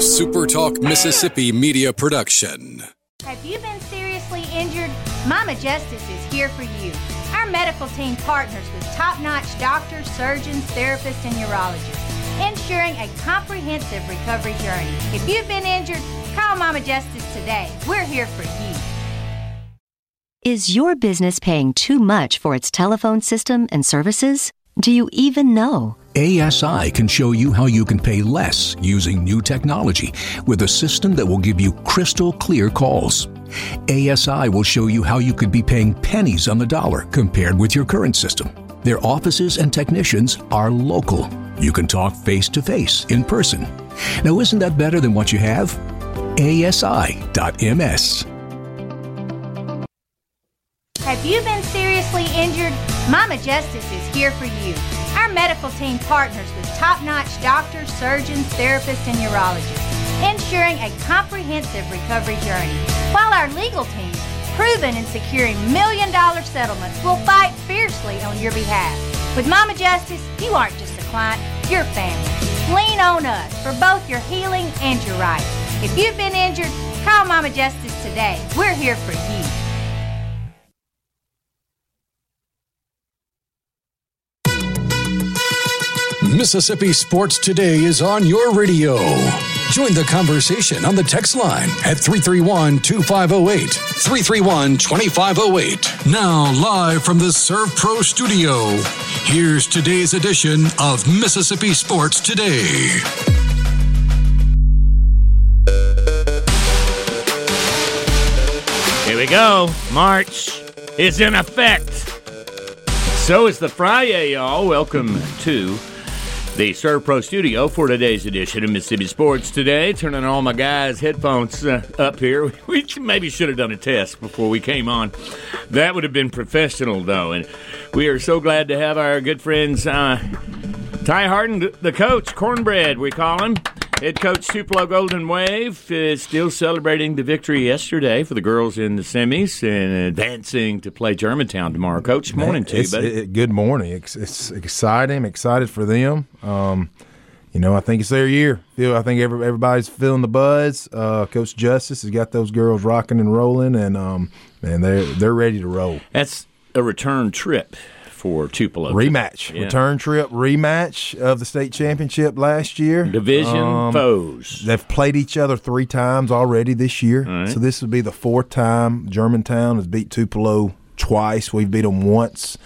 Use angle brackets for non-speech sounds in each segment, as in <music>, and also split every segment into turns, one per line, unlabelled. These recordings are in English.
SuperTalk Mississippi Media Production.
Have you been seriously injured? Mama Justice is here for you. Our medical team partners with top notch doctors, surgeons, therapists, and urologists, ensuring a comprehensive recovery journey. If you've been injured, call Mama Justice today. We're here for you.
Is your business paying too much for its telephone system and services? Do you even know?
ASI can show you how you can pay less using new technology with a system that will give you crystal clear calls. ASI will show you how you could be paying pennies on the dollar compared with your current system. Their offices and technicians are local. You can talk face to face in person. Now, isn't that better than what you have? ASI.ms.
Have you been seriously injured? Mama Justice is here for you. Our medical team partners with top notch doctors, surgeons, therapists, and urologists, ensuring a comprehensive recovery journey. While our legal team, proven in securing million dollar settlements, will fight fiercely on your behalf. With Mama Justice, you aren't just a client, you're family. Lean on us for both your healing and your rights. If you've been injured, call Mama Justice today. We're here for you.
Mississippi Sports Today is on your radio. Join the conversation on the text line at 331 2508. 331 2508. Now, live from the Serve Pro studio, here's today's edition of Mississippi Sports Today.
Here we go. March is in effect. So is the Friday, y'all. Welcome to the Serve Pro Studio for today's edition of Mississippi Sports Today. Turning all my guys' headphones uh, up here. <laughs> We maybe should have done a test before we came on. That would have been professional, though. And we are so glad to have our good friends uh, Ty Harden, the coach, Cornbread, we call him. Head coach Tupelo Golden Wave is still celebrating the victory yesterday for the girls in the semis and advancing to play Germantown tomorrow. Coach, morning to you,
It's-
buddy.
it- good morning. It's, it's exciting. I'm excited for them. Um, you know, I think it's their year. Feel- I think every, everybody's feeling the buzz. Uh, Coach Justice has got those girls rocking and rolling, and um, man, they're they're ready to roll.
That's a return trip for Tupelo.
Rematch,
Yeah.
return trip, rematch of the state championship last year.
Division
Um,
foes.
They've played each other three times already this year. So this would be the fourth time Germantown has beat Tupelo twice. We've beat them once.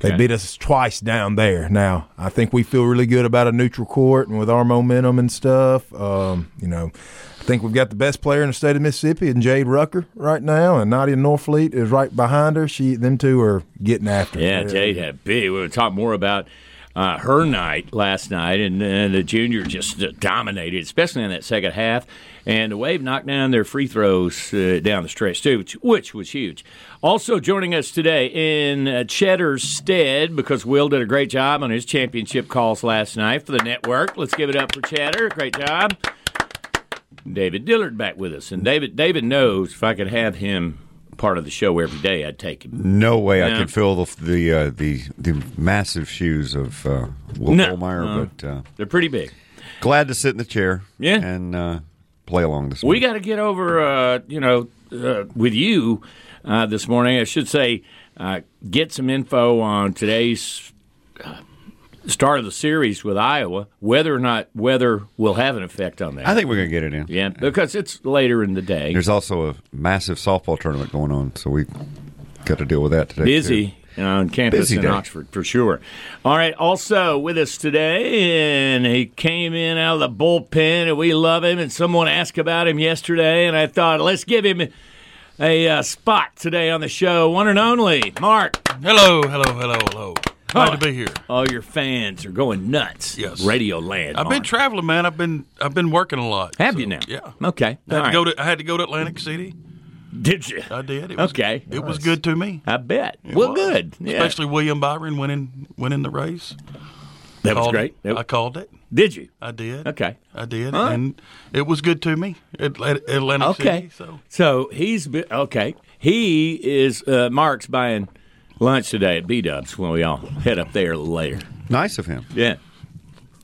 They
Okay.
beat us twice down there. Now I think we feel really good about a neutral court and with our momentum and stuff. Um, you know, I think we've got the best player in the state of Mississippi and Jade Rucker right now, and Nadia Norfleet is right behind her. She, them two are getting after. it.
Yeah,
They're-
Jade had big. We'll talk more about uh, her night last night, and uh, the junior just uh, dominated, especially in that second half. And the Wave knocked down their free throws uh, down the stretch, too, which, which was huge. Also joining us today in uh, Cheddar's stead, because Will did a great job on his championship calls last night for the network. Let's give it up for Cheddar. Great job. David Dillard back with us. And David, David knows if I could have him part of the show every day, I'd take him.
No way I
No.
could fill the the uh, the, the massive shoes of uh, Will
No.
Kohlmeyer,
No.
but uh,
They're pretty big.
glad to sit in the chair.
Yeah.
and uh, play along this.
We
morning.
got to get over, uh, you know, uh, with you uh, this morning. I should say, uh, get some info on today's uh, start of the series with Iowa, whether or not weather will have an effect on that.
I think we're gonna get it in.
yeah, because it's later in the day.
There's also a massive softball tournament going on, so we got to deal with that today.
Busy on campus
Busy
in
day.
Oxford for sure. All right. Also with us today, and he came in out of the bullpen, and we love him. And someone asked about him yesterday, and I thought let's give him a uh, spot today on the show. One and only Mark.
Hello, hello, hello, hello. Glad to be here.
All your fans are going nuts.
Yes.
Radio land.
I've been
Mark.
traveling, man. I've been I've been working a lot.
Have
so,
you now?
Yeah.
Okay.
I had,
All
to go
right.
to, I had to go to Atlantic City.
Did you?
I did. It was,
Okay.
It was good to me.
I bet. well,
was.
good. Yeah.
Especially William Byron winning winning the race.
that was
Called
great.
It. I called it.
Did you?
I did.
Okay.
I did,
All right.
and it was good to me. Atla- Atlantic
Okay.
City. So
So he's be- okay. He is uh, Mark's buying lunch today at B Dubs when we all head up there later.
Nice of him.
Yeah.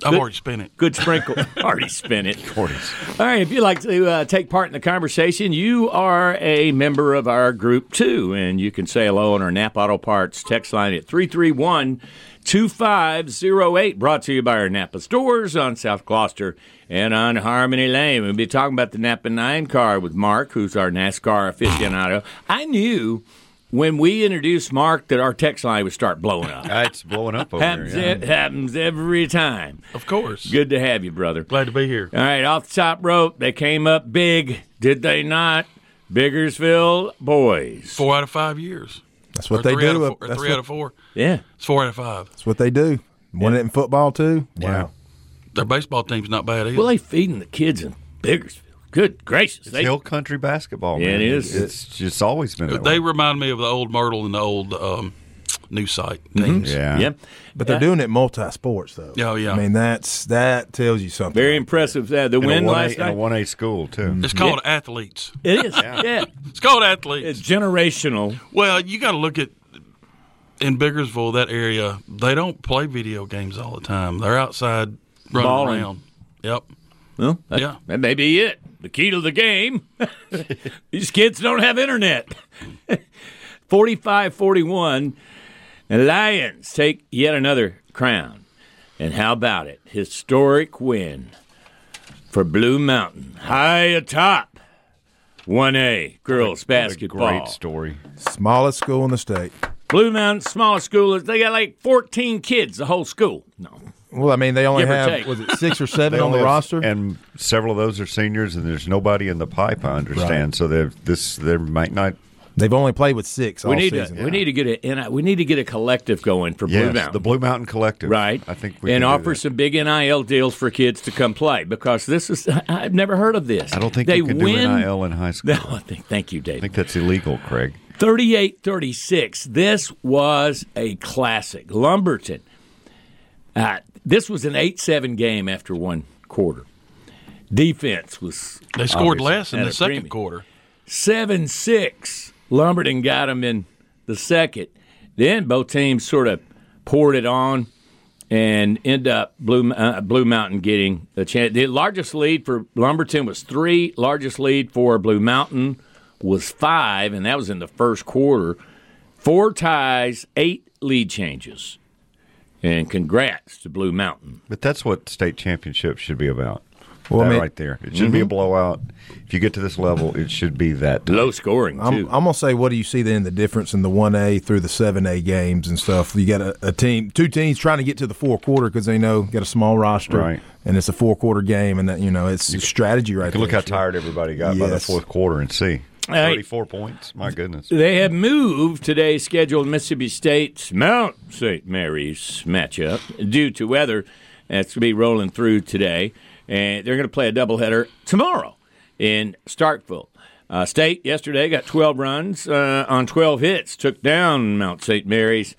I've
Good-
already spent it.
Good sprinkle. <laughs> Already spin it. All right. If you'd like to uh, take part in the conversation, you are a member of our group too, and you can say hello on our Nap Auto Parts text line at 331 2508. Brought to you by our Napa stores on South Gloucester and on Harmony Lane. We'll be talking about the Napa 9 car with Mark, who's our NASCAR aficionado. I knew when we introduced Mark that our text line would start blowing up.
Ah, It's blowing up over
Happens,
there.
it happens every time.
Of course.
Good to have you, brother.
Glad to be here.
All right, off the top rope, they came up big, did they not? Biggersville boys.
Four out of five years.
That's what
Or
they
three Out
do.
of
up-
four, or
that's,
three out
what,
of four.
Yeah.
It's four out of five.
that's what they do. Won it in football too. Wow.
Their baseball team's not bad either.
Well, they feeding the kids in Biggersville. Good gracious.
It's
They,
Hill country basketball.
Yeah,
man.
it is.
It's just always been that
they
way.
remind me of the old Myrtle and the old um, new site names.
Mm-hmm. Yeah.
yeah.
But they're doing it multi sports though.
Yeah, yeah.
I mean that's that tells you something.
Very impressive. Uh, the
In
win
a one
last
A, in a
night.
one A school too.
It's called athletes.
It is. yeah.
It's called athletes.
It's generational.
Well, you got to look at in Biggersville that area. They don't play video games all the time. They're outside running
Balling.
around. Yep.
Well, that,
Yeah.
that may be it. The key to the game. <laughs> These kids don't have internet. <laughs> 45 41. Lions take yet another crown. And how about it? Historic win for Blue Mountain. High atop 1A girls basketball.
Great story.
Smallest school in the state.
Blue Mountain, smallest school. They got like 14 kids, the whole school. No.
Well, I mean they only
Give or
have
take.
was it six or seven
They
on the
only have-
roster?
and several of those are seniors, and there's nobody in the pipe. I understand. So they this there might not.
They've only played with six all
We need, to,
season.
we need to get a, and I- we need to get a collective going for Blue
Yes,
Mountain.
the Blue Mountain Collective.
right?
I think we
and
can do
offer
that.
some big NIL deals for kids to come play because this is <laughs> I- I've never heard of this.
I don't think
they
you can
win.
do nil in high
<laughs>
school.
No, I think. Thank you,
I think
Dave.
that's illegal, Craig.
38-36. This was a classic. Lumberton. Uh, this was an eight-seven game after one quarter. Defense was
They scored
Obviously,
less in
at
the
a
second
premium.
quarter.
seven six. Lumberton got them in the second. Then both teams sort of poured it on and end up Blue uh, Blue Mountain getting the chance. The largest lead for Lumberton was three. Largest lead for Blue Mountain was five, and that was in the first quarter. Four ties, eight lead changes, and congrats to Blue Mountain.
But that's what state championships should be about.
Well, I
that
mean- mm-hmm.
right there. It should be a blowout. If you get to this level, it should be that.
Low scoring
I'm,
too.
I'm gonna say, what do you see then the difference in the one A through the seven A games and stuff? You got a, a team, two teams trying to get to the four quarter because they know you got a small roster,
Right.
And it's a four quarter game, and that you know it's strategy right
You can
there.
look how tired everybody got by the
Yes.
fourth quarter and see.
Hey.
34 points. My goodness.
They have moved today's scheduled Mississippi State's Mount St. Mary's matchup due to weather. That's going to be rolling through today. And they're going to play a doubleheader tomorrow in Starkville. Uh, State yesterday got 12 runs uh, on 12 hits, took down Mount St. Mary's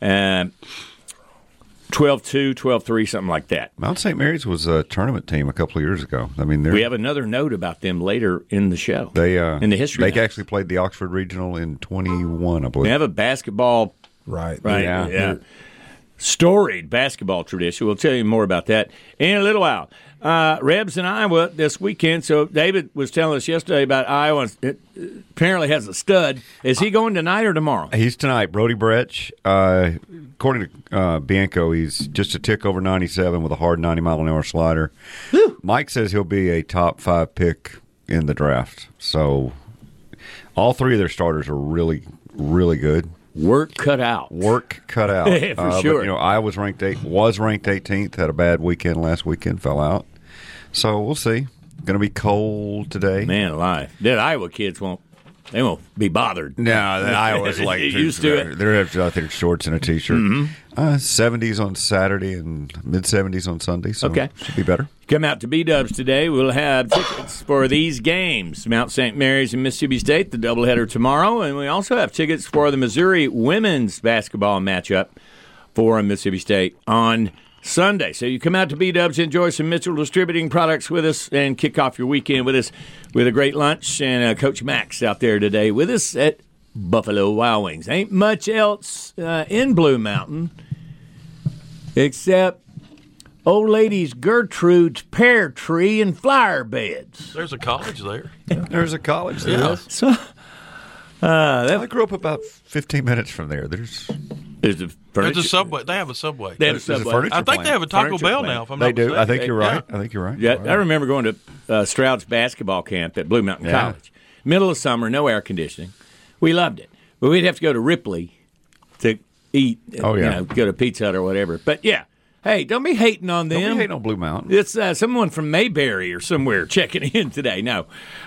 uh, 12 2, 12 3, something like that.
Mount St. Mary's was a tournament team a couple of years ago. I mean, they're,
We have another note about them later in the show.
they uh,
in the history.
They
notes.
actually played the Oxford Regional in 21, I
They
believe.
have a basketball
right?
Right.
Yeah.
Yeah. Storied basketball tradition. We'll tell you more about that in a little while. Uh, Rebs in Iowa this weekend. So David was telling us yesterday about Iowa. It uh, apparently has a stud. Is he going tonight or tomorrow?
He's tonight, Brody Bretch. Uh, according to uh, Bianco, he's just a tick over 97 with a hard 90 mile an hour slider. Mike says he'll be a top five pick in the draft. So all three of their starters are really, really good.
Work cut out.
Work
<laughs>
cut out Uh,
Yeah, for sure.
But, you know, I was ranked eight, was ranked 18th. Had a bad weekend last weekend, fell out. So we'll see. Going to be cold today.
Man alive. That Iowa kids won't. They won't be bothered.
No, that
<laughs>
I was like
Used to it. Mm-hmm.
They're out there shorts and a t-shirt. Uh, Seventies on Saturday and mid seventies on Sunday. So
Okay.
should be better.
Come out to B Dubs today. We'll have tickets for these games Mount St. Mary's and Mississippi State, the doubleheader tomorrow. And we also have tickets for the Missouri women's basketball matchup for Mississippi State on Sunday. So you come out to B Dubs, enjoy some Mitchell Distributing products with us, and kick off your weekend with us with a great lunch. And uh, Coach Max out there today with us at Buffalo Wild Wings. Ain't much else uh, in Blue Mountain except
old ladies Gertrude's pear tree and flower beds.
There's a
<laughs>
college there.
There's a college there.
So, uh, that
I grew up about 15 minutes from there. There's,
Is the
There's
furniture?
a subway. They have a subway.
They have a
there's a
subway.
furniture
I think
plant.
they have a Taco
Furniture
Bell
plant.
now. If I'm
They
not
do.
mistaken.
I think you're
Yeah.
right. I think you're right.
Yeah, I remember going to uh, Stroud's basketball camp at Blue Mountain
Yeah.
College. Middle of summer, no air conditioning. We loved it, but we'd have to go to Ripley to eat.
Oh,
you
yeah.
know, go to Pizza Hut or whatever. But yeah, hey, don't be hating on them.
Don't be hating on Blue Mountain.
It's uh, someone from Mayberry or somewhere checking <laughs> in today. No.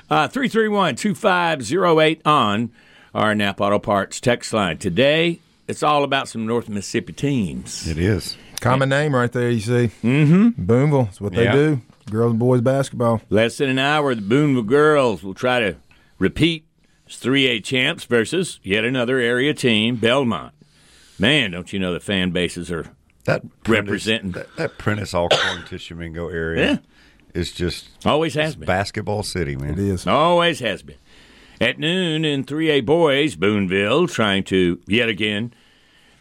Uh, 331 2508 on our Nap Auto Parts text line. Today, it's all about some North Mississippi teams.
It is.
Common name right there, you see. Mm-hmm. Boonville. It's what they
Yeah.
do. Girls and boys basketball.
Less than an hour, the Boonville girls will try to repeat as 3A champs versus yet another area team, Belmont. Man, don't you know the fan bases are.
That Prentice-
Representing.
that, that Prentice Alcorn <coughs> Tishomingo area
Yeah.
is just
Always has been.
basketball city, man.
It is.
Always has been. At noon in 3A boys, Boonville trying to yet again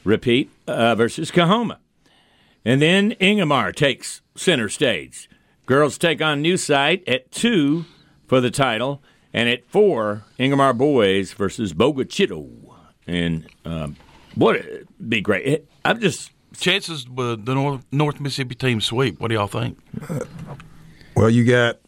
repeat uh, versus Cahoma. And then Ingemar takes center stage. Girls take on New Site at 2 for the title. And at 4, Ingemar boys versus Bogachito. And um, what it'd be great. It- I'm just,
Chances uh, the North, North Mississippi team sweep. What do y'all think?
Well, you got.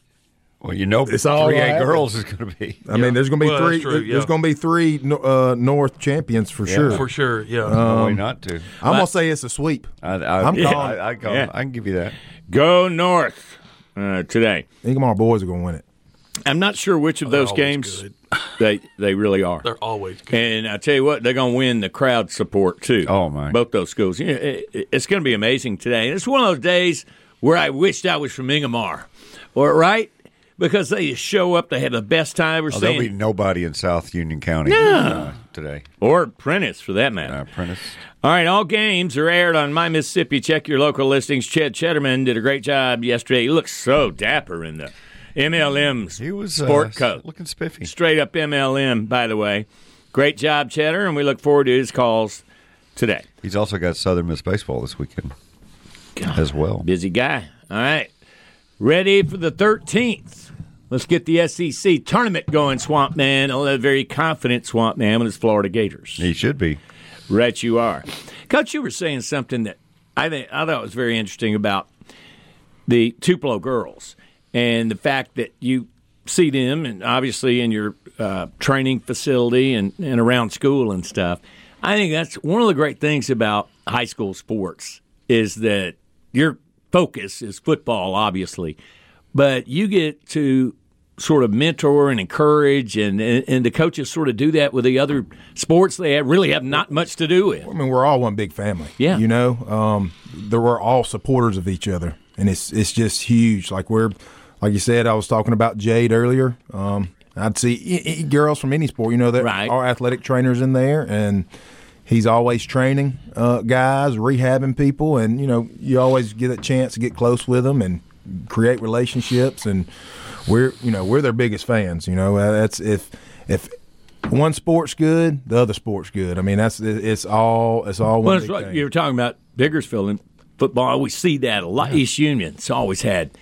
Well, you know,
It's all
3A
right.
girls is going to be.
I mean, there's going to be
Well, that's
three.
true,
there- There's
yeah.
going to be three no- uh, North champions for sure.
For sure. Yeah.
Uh,
No way not to.
Um, I'm going to say it's a sweep.
I, I,
I'm
yeah,
calling.
I, I, call-
Yeah.
I can give you that.
go north uh, today.
Ingemar boys are going to win it.
I'm not sure which of
They're
those
always
games
good.
they, they really are.
<laughs> They're always good.
And I tell you what, they're going to win the crowd support too.
Oh, my.
Both those schools. You know, it- it- It's going to be amazing today. And it's one of those days where I wished I was from Ingemar, or right because they just show up. They have the best time. We're
Oh, there'll
seeing
be nobody in South Union County uh, today.
or Prentice for that matter.
Uh, Prentice.
All right, all games are aired on My Mississippi. Check your local listings. Chad Cheddarman did a great job yesterday. He looked so dapper in the MLM
He was uh,
sport coat.
looking spiffy.
Straight up MLM, by the way. Great job, Cheddar, and we look forward to his calls today.
He's also got Southern Miss baseball this weekend as well.
Busy guy. All right. Ready for the 13th. Let's get the SEC tournament going, Swamp Man. A very confident Swamp Man with his Florida Gators.
He should be.
Right, you are. Coach, you were saying something that I think I thought was very interesting about the Tupelo girls and the fact that you see them, and obviously in your uh, training facility and, and around school and stuff. I think that's one of the great things about high school sports is that your focus is football, obviously, but you get to sort of mentor and encourage, and, and, and the coaches sort of do that with the other sports they have, really have not much to do with.
I mean, we're all one big family.
Yeah.
You know, um, there we're all supporters of each other, and it's it's just huge. Like we're, like you said, I was talking about Jade earlier. Um, I'd see i- i- girls from any sport. You know, <laughs> there
Right.
are athletic trainers in there, and he's always training uh, guys, rehabbing people, and you know, you always get a chance to get close with them and create relationships. And we're you know we're their biggest fans. You know, Uh, that's if if. One sport's good, the other sport's good. I mean, that's it- it's all it's
Well,
all one
that's
big
what
thing.
you were talking about Bakersfield and football. We see that a lot. East Union's always had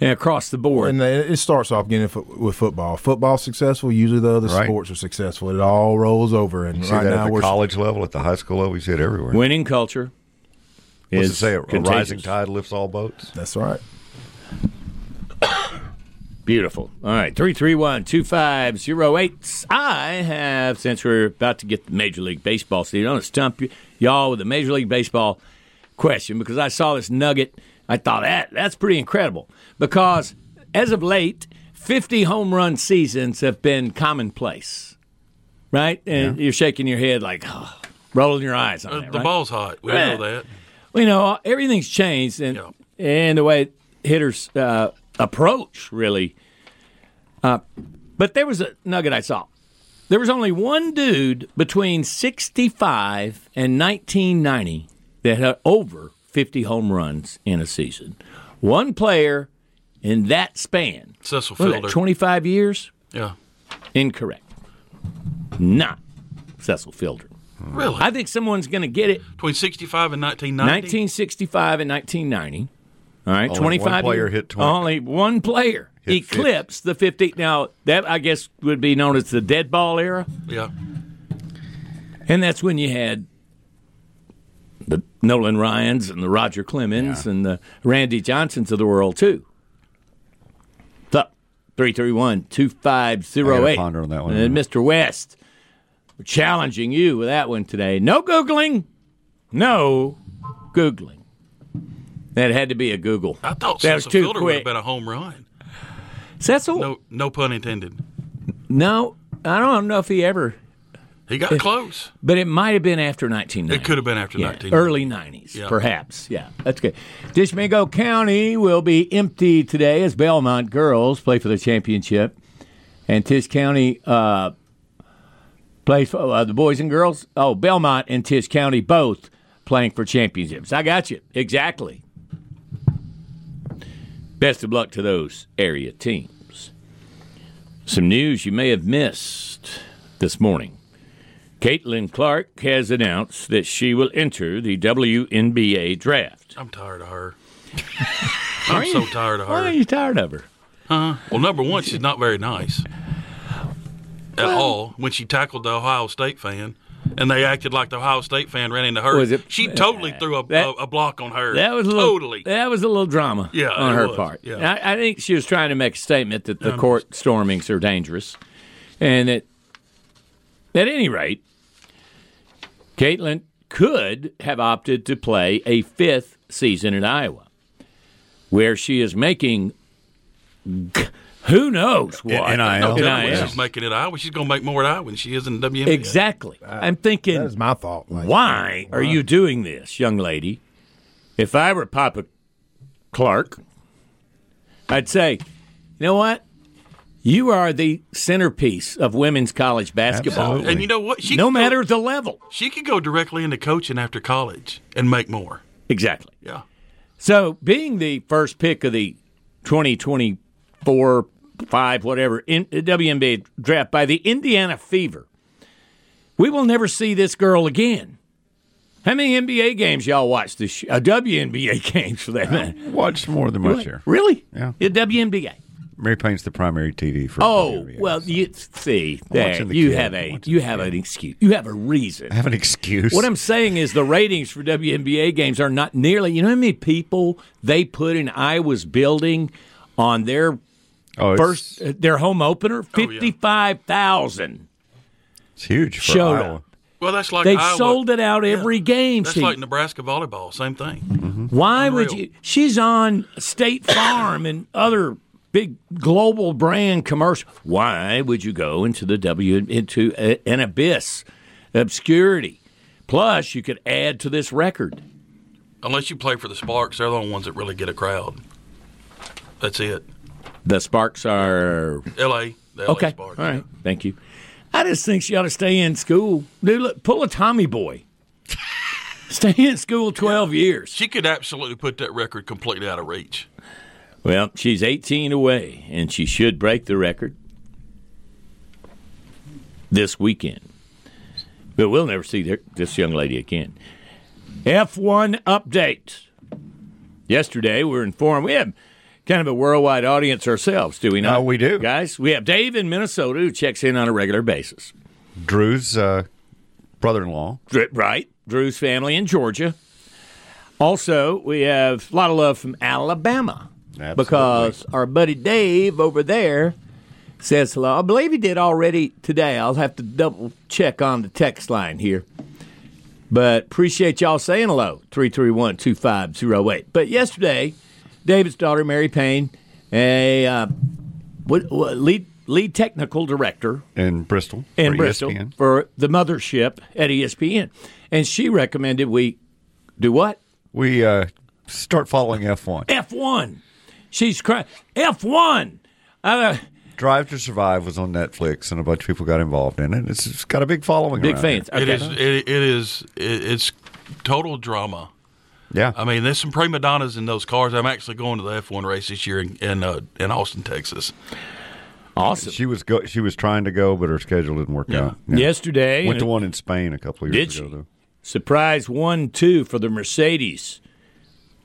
and across the board.
And it it starts off again if- with football. Football successful, usually the other
Right.
sports are successful. It all rolls over, and
You see
right
that
now
at the
we're
college level, at the high school level. You see it everywhere.
Winning culture
What's it
is
say? A, a rising
contagious.
tide lifts all boats.
that's right.
Beautiful. All right, three three one two five zero eight. I have since we're about to get the Major League Baseball season, I'm gonna stump y- y'all with a Major League Baseball question because I saw this nugget. I thought that that's pretty incredible because as of late, fifty home run seasons have been commonplace, right? And you're shaking your head like, oh, rolling your eyes on
Uh,
that,
the
right?
ball's hot. We
Yeah.
know that.
Well, you know, everything's changed, and
Yeah.
and the way hitters uh, approach really. Uh, but there was a nugget I saw. There was only one dude between sixty-five and nineteen ninety that had over fifty home runs in a season. One player in that span.
Cecil
What was that,
Fielder.
Twenty-five years?
Yeah.
Incorrect. Not Cecil Fielder.
Really?
I think someone's going to get it
Between 65 and 1990?
1965 and 1990. All right,
Only one
twenty five
player hit 20.
Only one player
Hit
eclipsed the fifty. Now that I guess would be known as the dead ball era,
Yeah.
and that's when you had the Nolan Ryan's and the Roger Clemens and the Randy Johnsons of the world too. So three three one two five zero
I
eight.
gotta ponder on that one.
And Mr. West, we're challenging you with that one today. No googling, no googling. That had to be a Google.
I thought
That was
Spencer
too
Fielder would
quick.
have been a home run.
Cecil?
No, no pun intended.
No, I don't know if he ever,
He got close.
but it might have been after 1990.
It could have been after
Yeah,
19.
early 90s,
Yeah.
perhaps. Yeah, that's good. Dishmingo County will be empty today as Belmont girls play for the championship, and Tish County uh, plays for uh, the boys and girls. Oh, Belmont and Tish County both playing for championships. I got you exactly. Best of luck to those area teams. Some news you may have missed this morning. Caitlin Clark has announced that she will enter the WNBA draft.
I'm tired
<laughs>
of her. I'm so tired of
Why are
her.
you tired of her?
Well, number one, she's not very nice at all. When she tackled the Ohio State fan, and they acted like the Ohio State fan ran into her,
Was it-
she totally threw a,
That-
a, a block on her.
That was a little,
totally.
That was a little drama
Yeah,
on
it
her
was,
part.
yeah.
And I, I think she was trying to make a statement that the court stormings are dangerous, and that at any rate, Caitlin could have opted to play a fifth season in Iowa, where she is making g- who knows what
NIL.
Tell me
Yeah,
what
NIL.
she's making it Iowa. She's gonna make more at Iowa than she is in the WNBA.
Exactly. I'm thinking.
That is my thought. Like,
Why are you doing this, young lady? If I were Papa Clark, I'd say, you know what? You are the centerpiece of women's college basketball.
Absolutely.
And you know what? She
No
could go-
matter the level.
she could go directly into coaching after college and make more.
Exactly.
Yeah.
So, being the first pick of the 2024, 5, whatever, in, WNBA draft by the Indiana Fever, we will never see this girl again. How many NBA games y'all watch this year? Uh, WNBA <laughs> games for that matter.
Watched more than my share.
Really?
Yeah.
The WNBA.
Mary Payne's the primary TD for.
Oh
WNBA.
well, you see, there
watching the
you
kid.
have
I'm
a
watching
you
the
have
kid.
an excuse. You have a reason.
I have an excuse.
What I'm saying is the ratings for WNBA games are not nearly. You know how many people they put in Iowa's building on their
oh, it's,
first uh, their home opener?
Oh, yeah.
Fifty five thousand.
it's huge for
Showed
Iowa.
up.
Well, that's like
They
Iowa.
sold it out every game.
That's
Steve.
like Nebraska volleyball. Same thing.
Why would
Unreal.
you? She's on
<coughs>
State Farm and other big global brand commercial. Why would you go into the W into a, an abyss, obscurity? Plus, you could add to this record.
Unless you play for the Sparks, they're the only ones that really get a crowd. That's it.
The Sparks are
L.A. The LA
okay. All
Sparks.
right, thank you. I just think she ought to stay in school. Dude, look, pull a Tommy
<laughs>
boy. stay in school twelve years.
She could absolutely put that record completely out of reach.
Well, she's 18 away, and she should break the record this weekend. But we'll never see th- this young lady again. F1 update. Yesterday, we were informed we have kind of a worldwide audience ourselves, do we not?
Oh, we do.
Guys, we have Dave in Minnesota who checks in on a regular basis.
Drew's uh, brother-in-law.
Dr- Right. Drew's family in Georgia. Also, we have a lot of love from Alabama
Absolutely.
because our buddy Dave over there says hello. I believe he did already today. I'll have to double check on the text line here. But appreciate y'all saying hello, 331 2508. But yesterday, David's daughter, Mary Payne, a uh, what, what, lead, lead technical director
in Bristol.
in
for E
Bristol
ESPN.
for the mothership at E ESPN, and she recommended we do what
We uh, start following F1.
F one. She's crying F one. Uh,
Drive to Survive was on Netflix, and a bunch of people got involved in it. It's, it's got a big following.
big
around
fans.
It
Okay.
is. It, it is. It, it's total drama.
here. Yeah,
I mean, there's some prima donnas in those cars. I'm actually going to the F1 race this year in in, uh, in Austin, Texas.
awesome.
she was go- she was trying to go, but her schedule didn't work out. Yeah.
Yesterday,
went to
and
one in Spain a couple of
Did
years
she?
ago. Though.
surprise one two for the Mercedes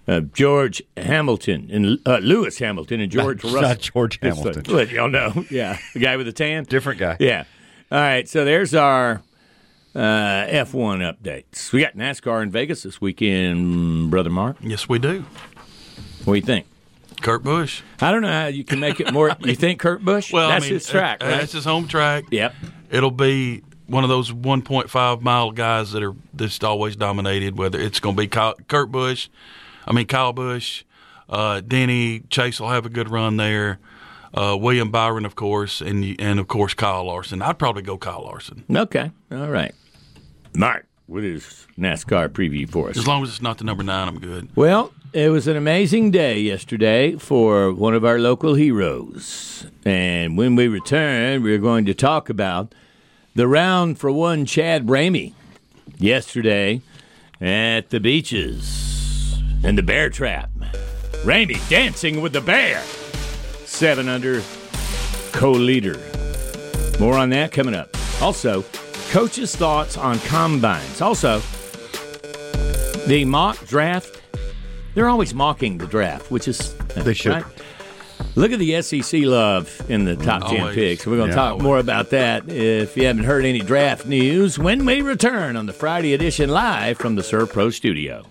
uh, George Hamilton and uh, Lewis Hamilton and George
Not-
Russell.
not <laughs> George
Just
Hamilton.
to let y'all know. Yeah, the guy with the tan.
Different guy.
Yeah. All right. So there's our uh, F1 updates. We got NASCAR in Vegas this weekend, brother Mark.
Yes, we do.
What do you think?
Kurt Busch.
I don't know how you can make it more.
<laughs>
you think Kurt Busch?
Well,
that's
I mean,
his track,
uh,
right?
That's his home track.
Yep.
It'll be one of those 1.5 mile guys that are just always dominated. Whether it's going to be Kyle, Kurt Busch, I mean Kyle Busch, uh, Denny Chase will have a good run there. Uh, William Byron, of course, and and of course Kyle Larson. I'd probably go Kyle Larson
Okay. All right. Mark, what is NASCAR preview for us?
as long as it's not the number nine. I'm good.
Well,
It was an amazing day yesterday for one of our local heroes. And when we return, we're going to talk about the round for one Chad Ramey yesterday at the beaches and the bear trap. Ramey dancing with the bear. Seven under co leader. More on that coming up. Also, coaches' thoughts on combines. Also, the mock draft they're always mocking the draft, which is
They should.
Look at the SEC love in the top ten
Always.
picks. We're going to
Yeah,
talk
Mm, always.
more about that if you haven't heard any draft news when we return on the Friday edition live from the Sir Pro Studio.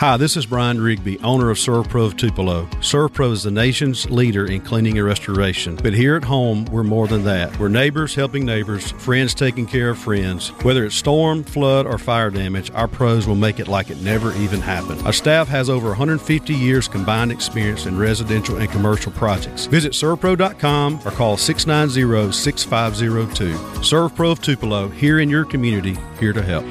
Hi, this is Brian Rigby, owner of ServPro of Tupelo. ServPro is the nation's leader in cleaning and restoration. But here at home, we're more than that. We're neighbors helping neighbors, friends taking care of friends. Whether it's storm, flood, or fire damage, our pros will make it like it never even happened. Our staff has over 150 years combined experience in residential and commercial projects. Visit servpro.com or call 690-6502. ServPro of Tupelo, here in your community, here to help.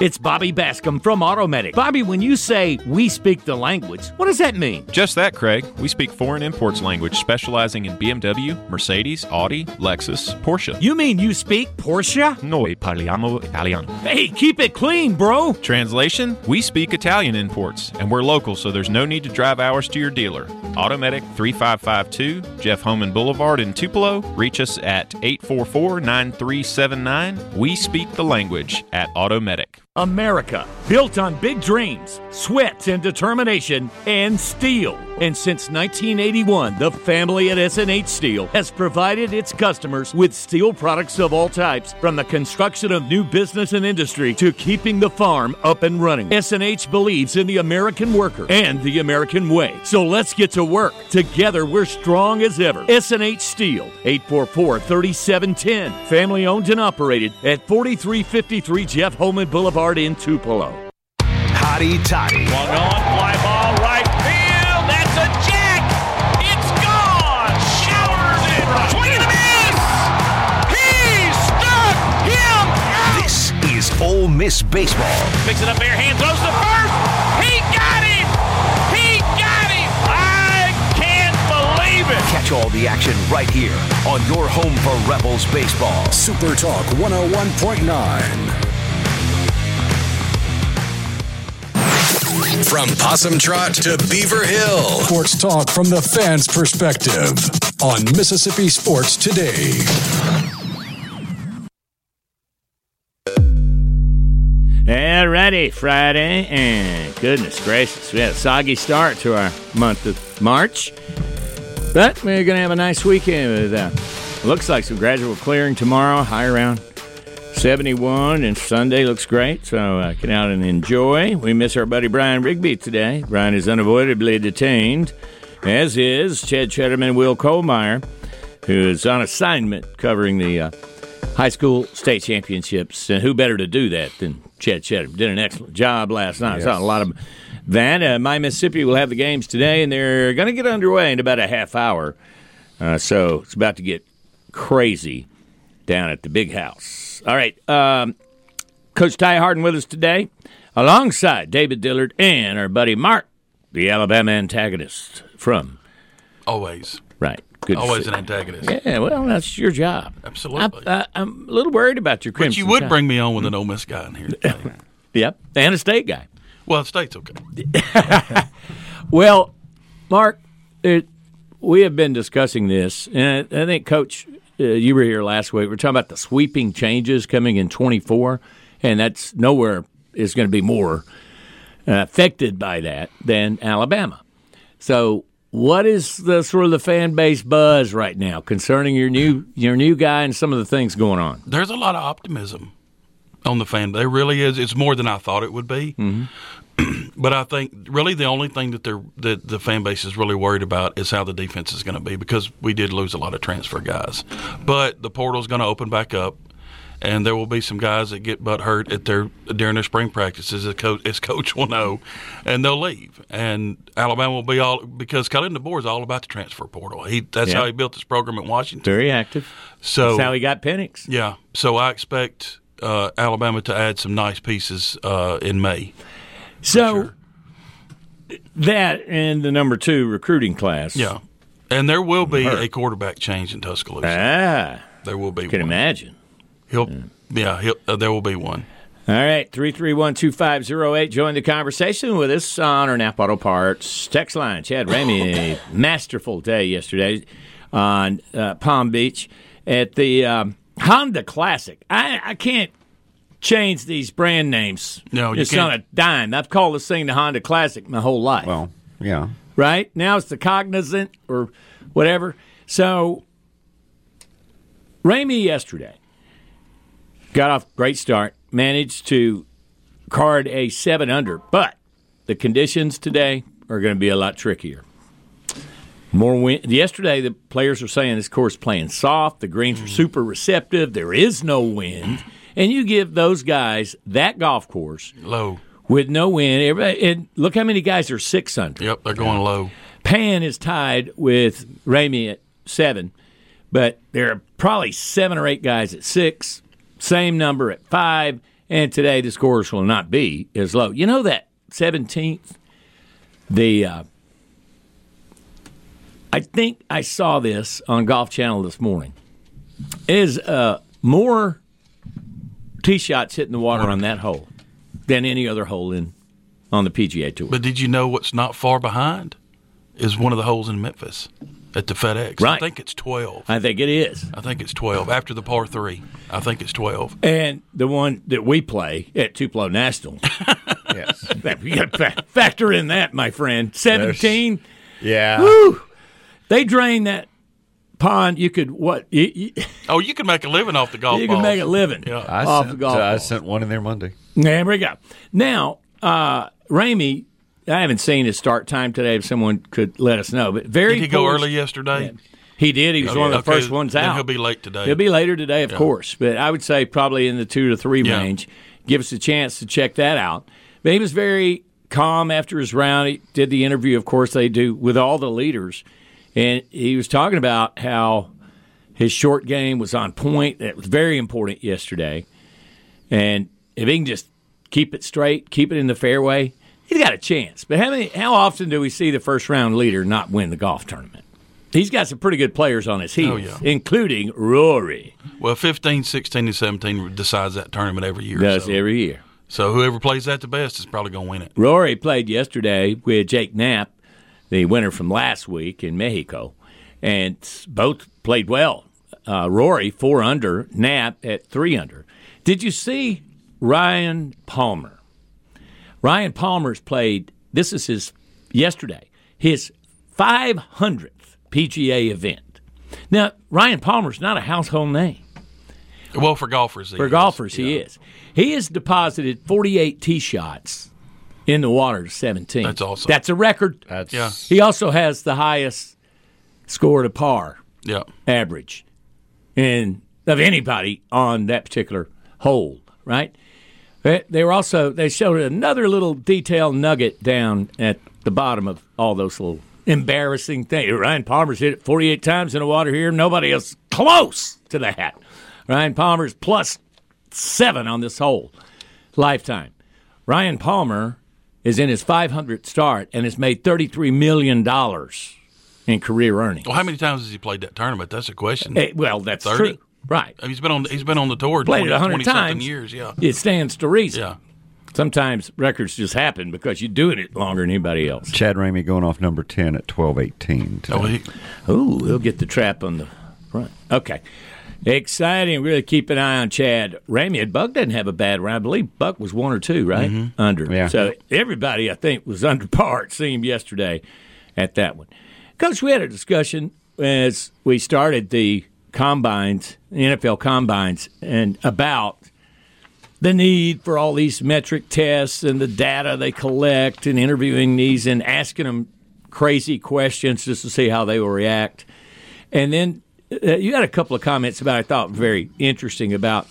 It's Bobby Bascom from Automedic. Bobby, when you say we speak the language, what does that mean?
Just that, Craig. We speak foreign imports language, specializing in BMW, Mercedes, Audi, Lexus, Porsche.
You mean you speak Porsche?
Noi parliamo italiano.
Hey, keep it clean, bro.
Translation We speak Italian imports, and we're local, so there's no need to drive hours to your dealer. Automedic 3552, Jeff Homan Boulevard in Tupelo. Reach us at 844 9379. We speak the language at Automedic.
America, built on big dreams, sweat and determination, and steel. And since 1981, the family at SNH Steel has provided its customers with steel products of all types, from the construction of new business and industry to keeping the farm up and running. SNH believes in the American worker and the American way. So let's get to work. Together, we're strong as ever. SNH Steel, 844 3710. Family owned and operated at 4353 Jeff Holman Boulevard in Tupelo.
Hottie Toddy.
Long on, fly ball, right field. That's a jack. It's gone. Showers in. Swing and a miss. He stuck him out.
This is Ole Miss Baseball.
Picks it up, bare hand, throws the first. He got it. He got it. I can't believe it.
Catch all the action right here on your home for Rebels Baseball. Super Talk 101.9. From Possum Trot to Beaver Hill. Sports talk from the fans' perspective on Mississippi Sports Today.
Alrighty, Friday, and goodness gracious, we had a soggy start to our month of March, but we're gonna have a nice weekend with uh, looks like some gradual clearing tomorrow, high around 71, and Sunday looks great. So uh, get out and enjoy. We miss our buddy Brian Rigby today. Brian is unavoidably detained, as is Chad Cheddarman, and Will Kohlmeyer, who is on assignment covering the. Uh, high school state championships, and who better to do that than Chad Cheddar? Did an excellent job last night. I saw a lot of that. Uh, My Mississippi will have the games today, and they're going to get underway in about a half hour. Uh, so it's about to get crazy down at the big house. All right, um, Coach Ty Harden with us today, alongside David Dillard and our buddy Mark, the Alabama antagonist from
Always,
right. Good to
always
see-
an antagonist.
Yeah, well, that's your job.
Absolutely.
I, I, I'm a little worried about your
but
crimson.
you would
Tide. Hmm.
bring me on with an Ole Miss guy in here. today.
Yep, and a state guy.
well, the state's okay.
Well, Mark, it, we have been discussing this, and I, I think, Coach, uh, you were here last week. We are talking about the sweeping changes coming in 24 and that's nowhere is going to be more uh, affected by that than Alabama. So, what is the sort of the fan base buzz right now concerning your new your new guy and some of the things going on?
There's a lot of optimism on the fan. There really is. It's more than I thought it would be. <clears throat> But I think really the only thing that they're that the fan base is really worried about is how the defense is going to be because we did lose a lot of transfer guys. But the portal's going to open back up, and there will be some guys that get butt hurt at their during their spring practices. As coach, as coach will know, and they'll leave. And Alabama will be all because Colin DeBoer is all about the transfer portal. He that's
Yeah.
how he built his program at Washington.
Very active.
So
That's how he got Penix.
Yeah. So I expect uh, Alabama to add some nice pieces uh, in May.
So that and the number two recruiting class.
Yeah. And there will be
Hurt.
a quarterback change in Tuscaloosa.
Ah,
there will be.
Can
one.
imagine.
He'll,
Mm.
yeah, he'll, uh, there will be one.
All right, 331-2508. Join the conversation with us on our Nap Auto Parts text line. Chad <laughs> Ramey, a masterful day yesterday on uh, Palm Beach at the um, Honda Classic. I, I can't change these brand names.
No, you
it's
can't.
not a dime. I've called this thing the Honda Classic my whole life. Well,
Yeah.
right? Now it's the cognizant or whatever. So Ramey yesterday got off great start, managed to card a seven under, but the conditions today are going to be a lot trickier. More wind. Yesterday, the players are saying this course playing soft. The greens are super receptive. There is no wind, and you give those guys that golf course
low
with no wind. Everybody, and look how many guys are six under.
Yep, they're going low.
Pan is tied with Ramey at seven, but there are probably seven or eight guys at six, same number at five, and today the scores will not be as low. You know that 17th, the. Uh, I think I saw this on Golf Channel this morning. Is uh, more tee shots hitting the water on that hole than any other hole in on the PGA Tour.
But did you know what's not far behind is one of the holes in Memphis at the FedEx? I
Right.
think it's 12.
I think it is.
I think it's 12. After the par three, I think it's 12.
And the one that we play at Tupelo
<laughs>
National. yes. You got to factor in that, my friend. 17.
<laughs> Yeah.
Woo! They drain that pond. You could, what? You, you, <laughs>
Oh, you can make a living off the golf
You can
balls.
make a living
Yeah.
I
off
sent,
the golf
uh, I
balls.
sent one in there Monday.
There we go. Now, uh, Ramey, I haven't seen his start time today. If someone could let us know, but very
Did he go
poor-
early yesterday?
He did. He was
Okay,
one of the
okay,
first ones
then
out.
he'll be late today.
He'll be later today, of
Yeah.
course. But I would say probably in the two to three
Yeah.
range. Give us a chance to check that out. But he was very calm after his round. He did the interview, of course, they do with all the leaders, and he was talking about how his short game was on point. That was very important yesterday. And if he can just keep it straight, keep it in the fairway, he's got a chance. But how many? How often do we see the first round leader not win the golf tournament? He's got some pretty good players on his heels,
Oh, yeah.
including Rory.
Well, 15, 16, and 17 decides that tournament every year.
Does
so.
every year.
So whoever plays that the best is probably going to win it.
Rory played yesterday with Jake Knapp, the winner from last week in Mexico, and both played well. Uh, Rory four under, Knapp at three under. Did you see Ryan Palmer? Ryan Palmer's played. This is his yesterday, his 500th PGA event. Now Ryan Palmer's not a household name.
Well, for golfers, he
For
is.
golfers, he is. He has deposited 48 tee shots in the water to 17.
That's awesome.
That's a record.
That's
Yeah.
He also has the highest score to par
Yeah.
average in of anybody on that particular hole, right? They they were also they showed another little detail nugget down at the bottom of all those little embarrassing things. Ryan Palmer's hit it 48 times in the water here. Nobody else close to that. Ryan Palmer's plus seven on this hole lifetime. Ryan Palmer is in his 500th start and has made 33 million dollars in career earnings.
Well, how many times has he played that tournament? That's a question.
Eh, well, that's
30?
true. Right.
He's been on. He's been on the tour
Played
20,
it a hundred
20 something
times.
years. Yeah.
It stands to reason.
Yeah.
Sometimes records just happen because you're doing it longer than anybody
<laughs>
else.
Chad Ramey going off number 10 at 1218.
Oh,
today.
he,
Ooh, we'll get the trap on the front. Okay. Exciting. Really keep an eye on Chad Ramey. And Buck doesn't have a bad round. I believe Buck was one or two, right?
Mm-hmm.
Under.
Yeah.
So everybody, I think, was <laughs> under par, it seemed, yesterday at that one. Coach, we had a discussion as we started the combines, the NFL combines, and about the need for all these metric tests and the data they collect and interviewing these and asking them crazy questions just to see how they will react. And then uh, you had a couple of comments about I thought very interesting about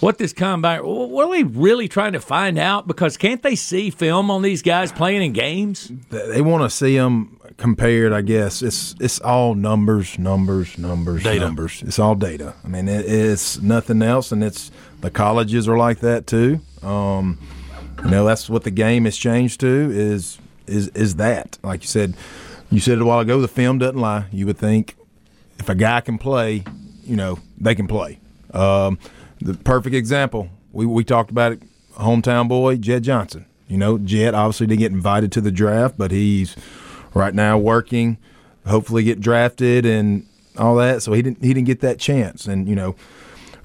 what this combine. What are they really trying to find out? Because can't they see film on these guys playing in games?
They, they want to see them compared. I guess it's it's all numbers, numbers, numbers,
Data.
numbers. It's all data. I mean, it, it's nothing else, and it's the colleges are like that too. Um, you know, that's what the game has changed to is is is that. Like you said, you said it a while ago. The film doesn't lie. You would think if a guy can play, you know, they can play. Um, the perfect example, we, we talked about it, hometown boy, Jed Johnson. You know, Jed obviously didn't get invited to the draft, but he's right now working, hopefully get drafted and all that. So he didn't he didn't get that chance. And, you know,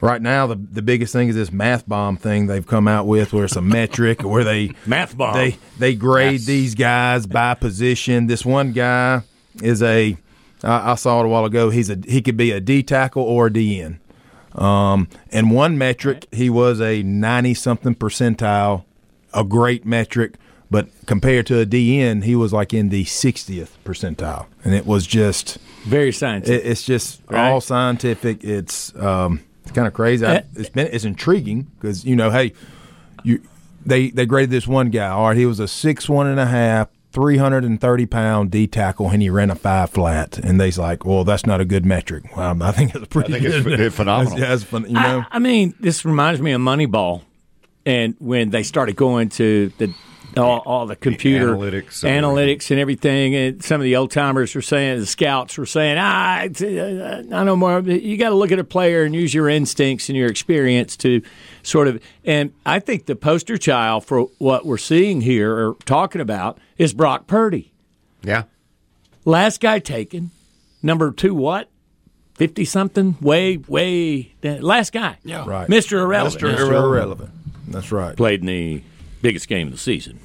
right now the the biggest thing is this math bomb thing they've come out with where it's a metric where they
<laughs> math bomb.
They they grade these guys by position. This one guy is a I, I saw it a while ago. He's a he could be a D tackle or a DN. Um, and one metric he was a ninety something percentile, a great metric. But compared to a DN, he was like in the 60th percentile, and it was just
very scientific.
it's just all scientific. It's um, it's kind of crazy. I, it's been it's intriguing because you know, hey, you they they graded this one guy. All right, he was a six one and a half. 330 pound D tackle, and he ran a five flat. And they's like, Well, that's not a good metric. Well, I think it's a pretty
I think it's
good
ph-
metric.
phenomenal.
That's- that's phen- you know?
I, I mean, this reminds me of Moneyball, and when they started going to the all, all the computer
analytics and
analytics and everything, and some of the old timers were saying, the scouts were saying, ah, it's, uh, I know more. You got to look at a player and use your instincts and your experience to sort of. And I think the poster child for what we're seeing here or talking about is Brock Purdy.
Yeah.
Last guy taken, number two, what? 50 something? Way, way. down- Last guy.
Yeah.
Right.
Mr. Irrelevant.
Mr. Irrelevant. That's right.
Played in the biggest game of the season.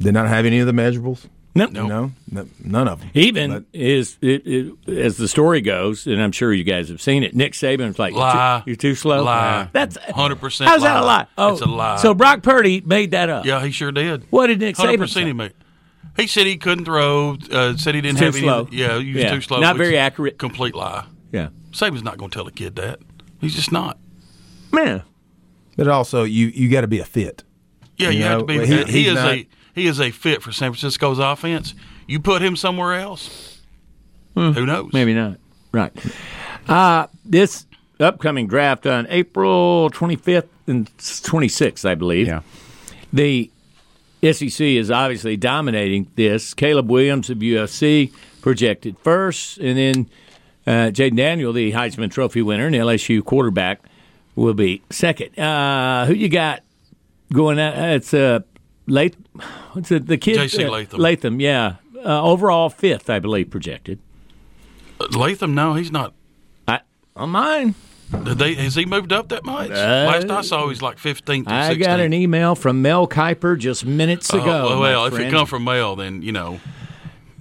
Did not have any of the measurables?
No.
No. no none of them.
Even is it, it, as the story goes, and I'm sure you guys have seen it. Nick Saban was like, "You're too-
Lie.
"You're too slow."
Lie.
That's
hundred percent.
how's that a lie? Oh,
it's a lie.
So Brock Purdy made that up.
yeah, he sure did.
What did Nick
Hundred
Saban
percent,
say?
he made. He said he couldn't throw. Uh, said he didn't
Too
have
slow.
any. Yeah, he was
Yeah,
too slow.
not
which
very
is
accurate.
Complete lie.
Yeah,
Saban's not going to tell a kid that. He's just not.
man.
But also, you you got to be a fit.
Yeah, you,
You
have
know,
to be.
well,
He,
he-
he
he's
is
not-
a he is a fit for San Francisco's offense. You put him somewhere else. Who knows?
Maybe not. Right. Uh, this upcoming draft on April 25th and 26th, I believe. Yeah. The SEC is obviously dominating this. Caleb Williams of UFC projected first, and then uh, Jaden Daniel, the Heisman Trophy winner and LSU quarterback, will be second. Uh, who you got going out? uh, It's uh, Lath- What's it? The kid
J.C.
uh,
Latham.
Latham, yeah. Uh, overall fifth, I believe, projected.
Uh, Latham, no, he's not.
I, on mine.
Did they, has he moved up that much?
Uh,
Last I saw, he's like fifteenth. Oh,
I got an email from Mel Kiper just minutes ago. my
well, if it
friend.
come from Mel, then you know.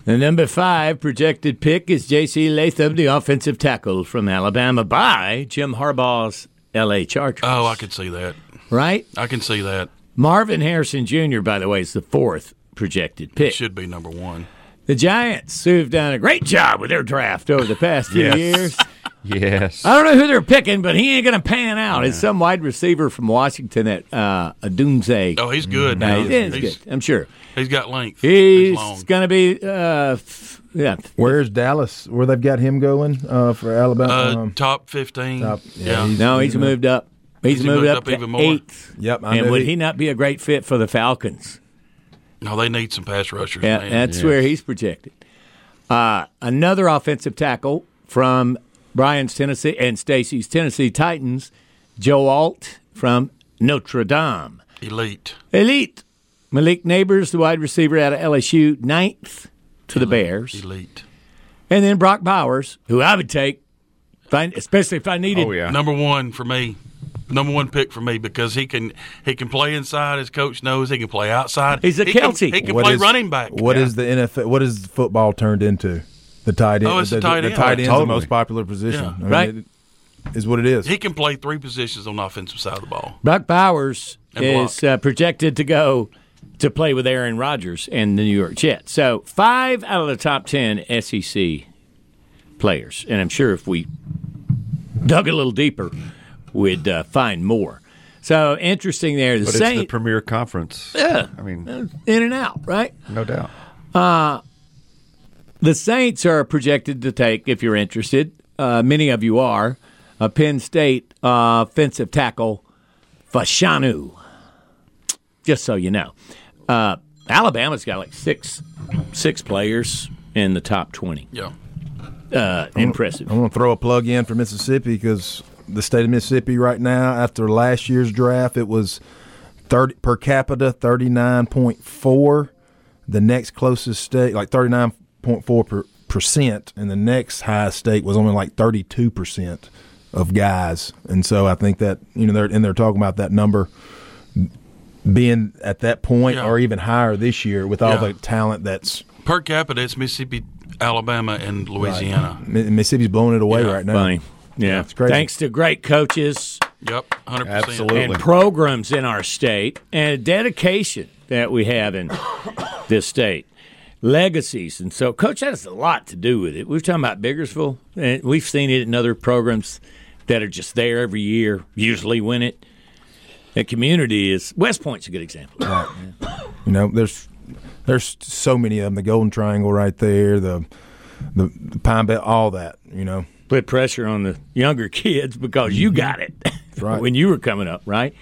the number five projected pick is J.C. Latham, the offensive tackle from Alabama, by Jim Harbaugh's L.A. Chargers.
Oh, I could see that.
right?
I can see that.
Marvin Harrison Jr., by the way, is the fourth projected pick.
Should be number one.
The Giants, who've done a great job with their draft over the past few
Yes.
years.
Yes.
I don't know who they're picking, but he ain't going to pan out. It's some wide receiver from Washington that uh, Adunze.
Oh, he's good.
Uh,
now.
yeah, he's
He's-
good, I'm sure.
he's got length. He's, long.
He's going to be, uh, f- yeah,
Where's Dallas? Where they've got him going uh, for Alabama?
Uh,
Um,
top fifteen.
top-
yeah.
yeah, he's-
No, he's moved up. He's
He's
moved,
moved
up,
up
to
even more.
eighth.
Yep, I
and
knew
would
he-
he not be a great fit for the Falcons?
No, they need some pass rushers.
Yeah,
man.
that's where he's projected. Uh, another offensive tackle from Brian's Tennessee and Stacy's Tennessee Titans, Joe Alt from Notre Dame.
elite.
Elite Malik Neighbors, the wide receiver out of LSU, ninth to the Bears,
Elite.
and then Brock Bowers, who I would take If I- especially if I
Oh,
Oh,
needed.
Number one for me. Number one pick for me because he can he can play inside. His coach knows he can play outside.
He's
a he can, he can
What
play
is-
running back.
What is the NFL? What is football turned into? The tight end.
Oh, it's the tight
The
end.
tight end's
Totally.
the most popular position.
Yeah.
I mean,
Right.
it Is what it is.
He can play three positions on the offensive side of the ball.
Brock Bowers
And block.
is uh, projected to go to play with Aaron Rodgers and the New York Jets. So five out of the top ten SEC players, and I'm sure if we dug a little deeper, we'd uh, find more. So interesting there. The
but
Saints,
it's the premier conference.
Yeah.
I mean,
in and out, right?
no doubt.
Uh, the Saints are projected to take, if you're interested, uh, many of you are, a Penn State uh, offensive tackle, Fashanu. Just so you know, uh, Alabama's got like six six players in the top twenty.
Yeah.
Uh, impressive.
I'm going to throw a plug in for Mississippi because the state of Mississippi right now, after last year's draft, it was 30 per capita 39.4. The next closest state, like 39.4 per, percent, and the next highest state was only like 32 percent of guys. And so I think that you know they're and they're talking about that number being at that point or even higher this year with all
Yeah.
the talent that's
Per capita, it's Mississippi, Alabama, and Louisiana.
Mi- Mississippi's blowing it away
Yeah.
right now.
Funny.
Yeah,
it's crazy.
Thanks to great coaches.
Yep, hundred percent.
And programs in our state and a dedication that we have in <coughs> this state. Legacies. And so, Coach, that has a lot to do with it. We were talking about Biggersville, and we've seen it in other programs that are just there every year, usually win it. The community is, West Point's a good example.
You know, there's there's so many of them. The Golden Triangle right there, the the, the Pine Belt, all that. You know,
put pressure on the younger <laughs> kids because you got it <laughs>
right.
when you were coming up, right?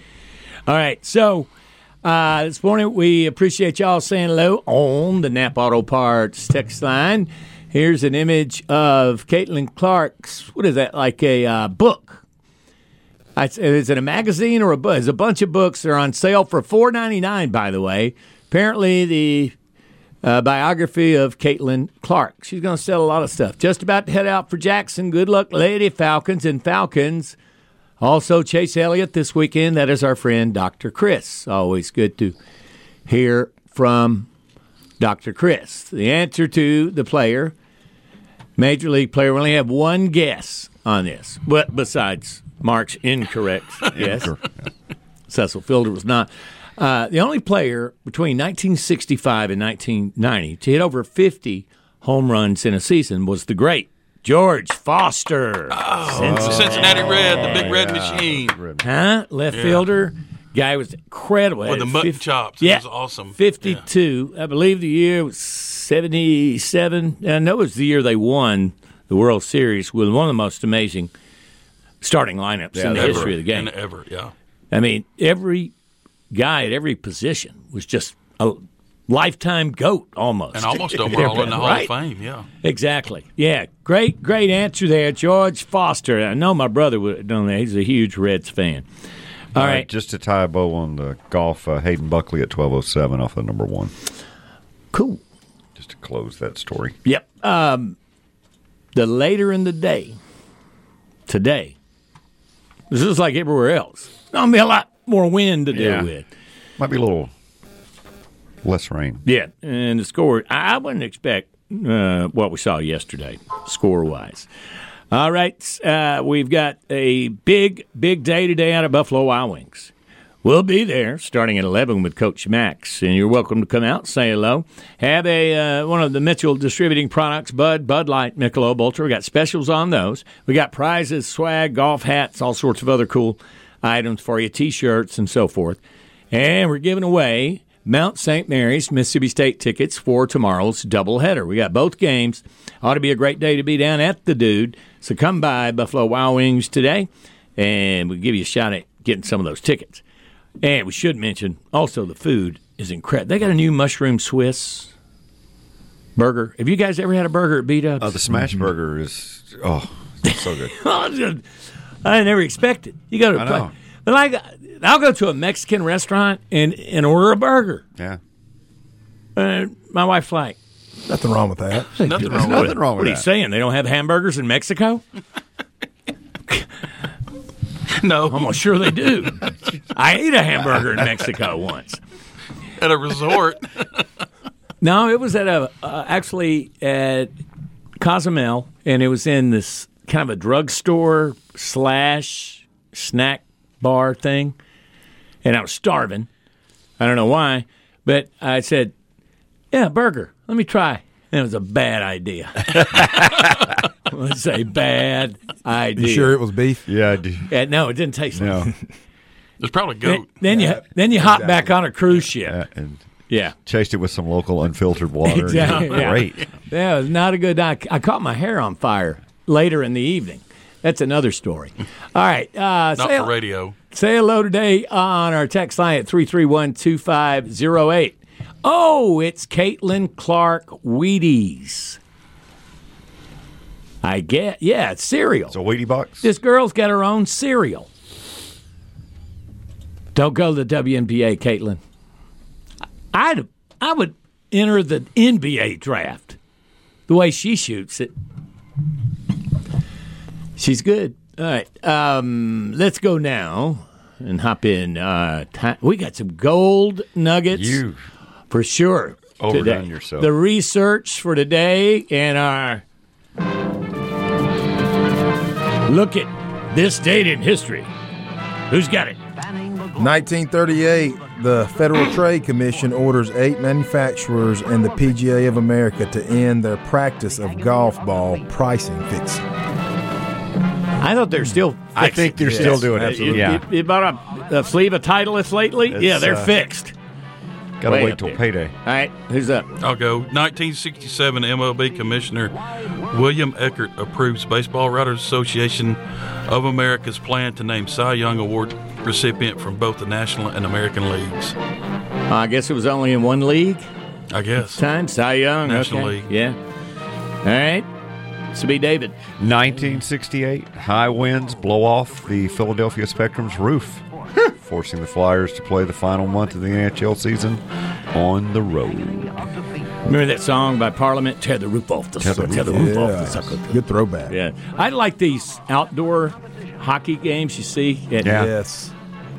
All right, so uh, this morning we appreciate y'all saying hello on the Nap Auto Parts text line. Here's an image of Caitlin Clark's. What is that? Like a uh, book. I, is it a magazine or a book? It's a bunch of books. They're on sale for four ninety nine. By the way, apparently the uh, biography of Caitlin Clark. She's going to sell a lot of stuff. Just about to head out for Jackson. Good luck, Lady Falcons and Falcons. Also, Chase Elliott this weekend. That is our friend Dr. Chris. Always good to hear from Dr. Chris. The answer to the player, Major League player, we only have one guess on this. But besides Mark's incorrect guess, Cecil Fielder was not. Uh, the only player between 1965 and 1990 to hit over 50 home runs in a season was the great George Foster.
Oh, Cincinnati Red, the big red machine.
Huh? Left
Yeah.
fielder. Guy was incredible.
With the
Had
mutton
fif-
chops. It
Yeah.
was awesome.
52. I believe the year was 77. I know it was the year they won the World Series with one of the most amazing starting lineups in the
Ever.
history of the game.
And ever, yeah.
I mean, every guy at every position was just a lifetime goat almost.
And
<laughs>
almost overall in the Hall
Right?
of Fame, yeah.
Exactly. Yeah. Great, great answer there, George Foster. I know my brother would have done that. He's a huge Reds fan. All
Uh,
right.
just to tie a bow on the golf, uh, Hayden Buckley at twelve oh seven off of number one.
Cool.
Just to close that story.
Yep. Um, the later in the day, today, this is like everywhere else. There'll be a lot more wind to deal
Yeah.
with.
Might be a little less rain.
Yeah, and the score, I I wouldn't expect uh, what we saw yesterday, score wise. All right, uh, we've got a big, big day today out of Buffalo Wild Wings. We'll be there starting at 11 with Coach Max, and you're welcome to come out, say hello. Have a uh, one of the Mitchell Distributing products, Bud, Bud Light, Michelob Ultra. We got specials on those. We got prizes, swag, golf hats, all sorts of other cool items for you, t-shirts and so forth. And we're giving away Mount St. Mary's Mississippi State tickets for tomorrow's doubleheader. We got both games. Ought to be a great day to be down at the Dude. So come by Buffalo Wild Wings today, and we'll give you a shot at getting some of those tickets. And we should mention also the food is incredible. They got a new mushroom Swiss burger. Have you guys ever had a burger at Beat Ups? <laughs>
Uh, the smash burger is oh it's so good.
I never expected. You go to
I
a pla-
know.
but like I'll go to a Mexican restaurant and and order a burger.
Yeah.
And my wife's like,
nothing wrong with that.
Oh, <laughs>
What are you saying? They don't have hamburgers in Mexico?
No.
I'm sure they do. <laughs> I ate a hamburger in Mexico once.
At
<laughs>
a resort.
No, it was at a uh, actually at Cozumel, and it was in this kind of a drugstore slash snack bar thing. And I was starving. I don't know why, but I said, "Yeah, burger. Let me try." And it was a bad idea. <laughs> Let's say bad idea.
You sure it was beef?
Yeah, I <laughs> do.
Yeah, no, it didn't taste like.
There's probably
Then, then you then you hop back on a cruise ship.
and
yeah,
chased it with some local unfiltered water. <laughs>
Exactly. yeah.
Great.
Yeah, it was not a good. I, I caught my hair on fire later in the evening. That's another story. All right. Uh,
Not
say,
for radio.
say hello today on our text line at 331 2508. Oh, it's Caitlin Clark Wheaties. I get, yeah, it's cereal. It's
a Wheatie box.
This girl's got her own cereal. Don't go to the WNBA, Caitlin. I'd I would enter the NBA draft the way she shoots it. She's good. All right, um, let's go now and hop in. Uh, ti We got some gold nuggets
You
for sure.
overdone
today.
yourself.
The research for today and our look at this date in history. Who's got it?
1938, the Federal Trade Commission orders eight manufacturers and the PGA of America to end their practice of golf ball pricing fixing.
I thought they're still.
I think they're still doing it.
Absolutely.
Yeah.
You, you bought a, a sleeve of Titleist lately?
It's,
yeah, they're
uh,
fixed.
gotta wait
up
till
there.
payday.
All right, who's up?
I'll go. 1967 MLB Commissioner William Eckert approves Baseball Writers Association of America's plan to name Cy Young Award recipient from both the National and American leagues.
I guess it was only in one league.
I guess.
Time Cy Young.
National
okay.
League.
Yeah. All right. This will be David.
1968, high winds blow off the Philadelphia Spectrum's roof, forcing the Flyers to play the final month of the NHL season on the road.
Remember that song by Parliament? Tear the roof off the
Tear the
sucker. Tear the
roof
roof off the
Yes.
sucker.
Good throwback.
Yeah. I like these outdoor hockey games you see. at-
Yeah. Yes.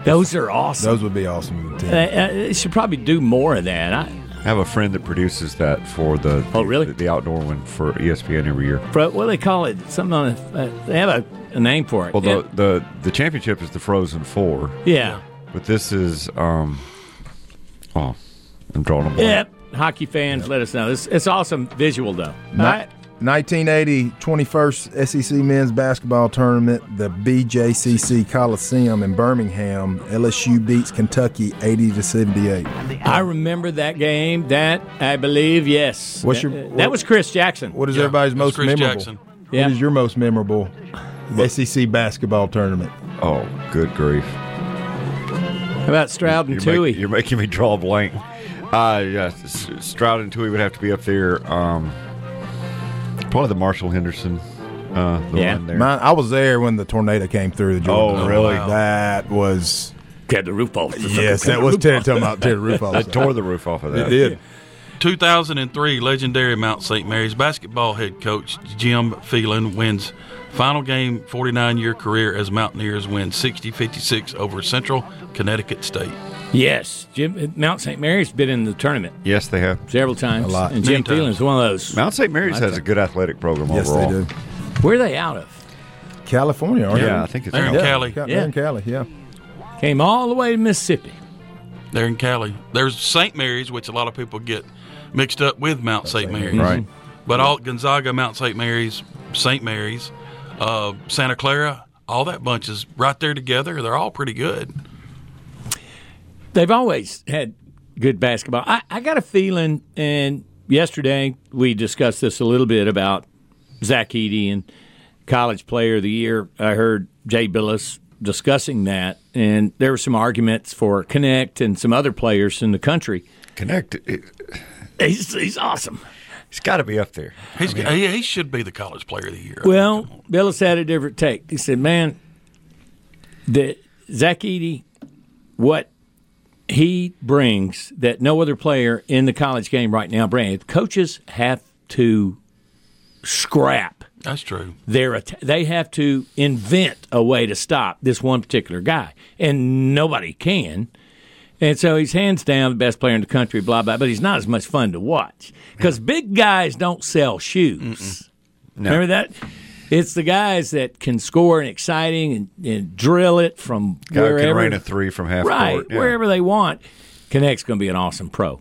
Those are awesome.
Those would be awesome. with the
Uh,
team.
uh, they should probably do more of that. I,
I have a friend that produces that for the oh really the, the outdoor one for E ESPN every year.
Fro- what do they call it? Something on a, uh, they have a, a name for it.
Well,
yeah.
the the, the championship is the Frozen Four,
yeah.
but this is um oh I'm drawing a blank.
Yep. Hockey fans, let us know. It's, it's awesome visual, though.
Ni- 1980 21st SEC E men's basketball tournament, the BJCC Coliseum in Birmingham. LSU beats Kentucky 80 to 78.
I remember that game. That, I believe, yes.
What's
That- uh,
your-
that, was Chris Jackson.
What is everybody's most memorable?
Yeah.
What is your most memorable SEC basketball tournament?
Oh, good grief!
How about Stroud and
You're
Tui?
You're making me draw a blank. Uh, yeah, S- S- Stroud and Tui would have to be up there. Um, probably the Marshall Henderson. Uh, the one there.
Mine, I was there when the tornado came through the Jordan.
Oh,
Dome.
really?
That was.
Tear the roof off.
Yes, that was Ted talking about tear the roof off.
They tore <laughs> the roof off of that.
It did.
2003 legendary Mount St. Mary's basketball head coach Jim Phelan wins final game 49 year career as Mountaineers win 60 56 over Central Connecticut State.
Yes. Jim, Mount St. Mary's been in the tournament
Yes, they have.
several times.
A lot.
And Jim
Many times.
Phelan's one of those.
Mount St. Mary's has a good athletic program
Yes,
overall.
they do.
Where are they out of?
California, aren't
Yeah,
they?
I think it's They're in California.
Ca-
Cali.
They're in Cali, yeah.
Came all the way to Mississippi.
They're in Cali. There's St. Mary's, which a lot of people get mixed up with Mount St. Mary's.
Right.
But all Gonzaga, Mount St. Mary's, St. Mary's, uh, Santa Clara, all that bunch is right there together. They're all pretty good.
They've always had good basketball. I, I got a feeling, and yesterday we discussed this a little bit about Zach Eady and College Player of the Year. I heard Jay Billis discussing that, and there were some arguments for Connect and some other players in the country.
Connect,
he's, he's awesome.
He's got to be up there.
He's, he, he should be the college player of the year.
Well, Billis had a different take. He said, "Man, the Zach Eady, what he brings that no other player in the college game right now brings. Coaches have to scrap.
That's true.
They're att- they have to invent a way to stop this one particular guy, and nobody can. And so he's hands down the best player in the country, blah blah. But he's not as much fun to watch because big guys don't sell shoes. Remember that? It's the guys that can score and exciting and, and drill it from
Guy who
wherever.
can rain a three from half
right,
court. Yeah.
wherever they want. Connect's going to be an awesome pro.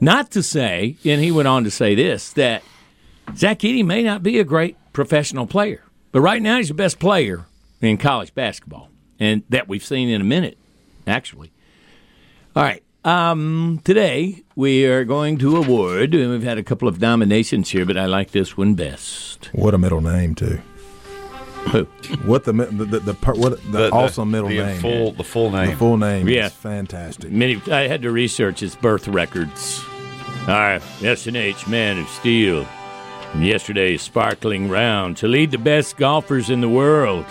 Not to say, and he went on to say this that Zach Eady may not be a great professional player, but right now he's the best player in college basketball, and that we've seen in a minute, actually. All right. Um, today we are going to award, and we've had a couple of nominations here, but I like this one best.
What a middle name too.
Who?
What the mi- the the, the, per- what, the,
The- the-
awesome middle
the
name?
full-
the full
The full name.
Yeah.
Is fantastic.
Many. I had to research his birth records. All right, SNH Man of Steel. And yesterday's sparkling round to lead the best golfers in the world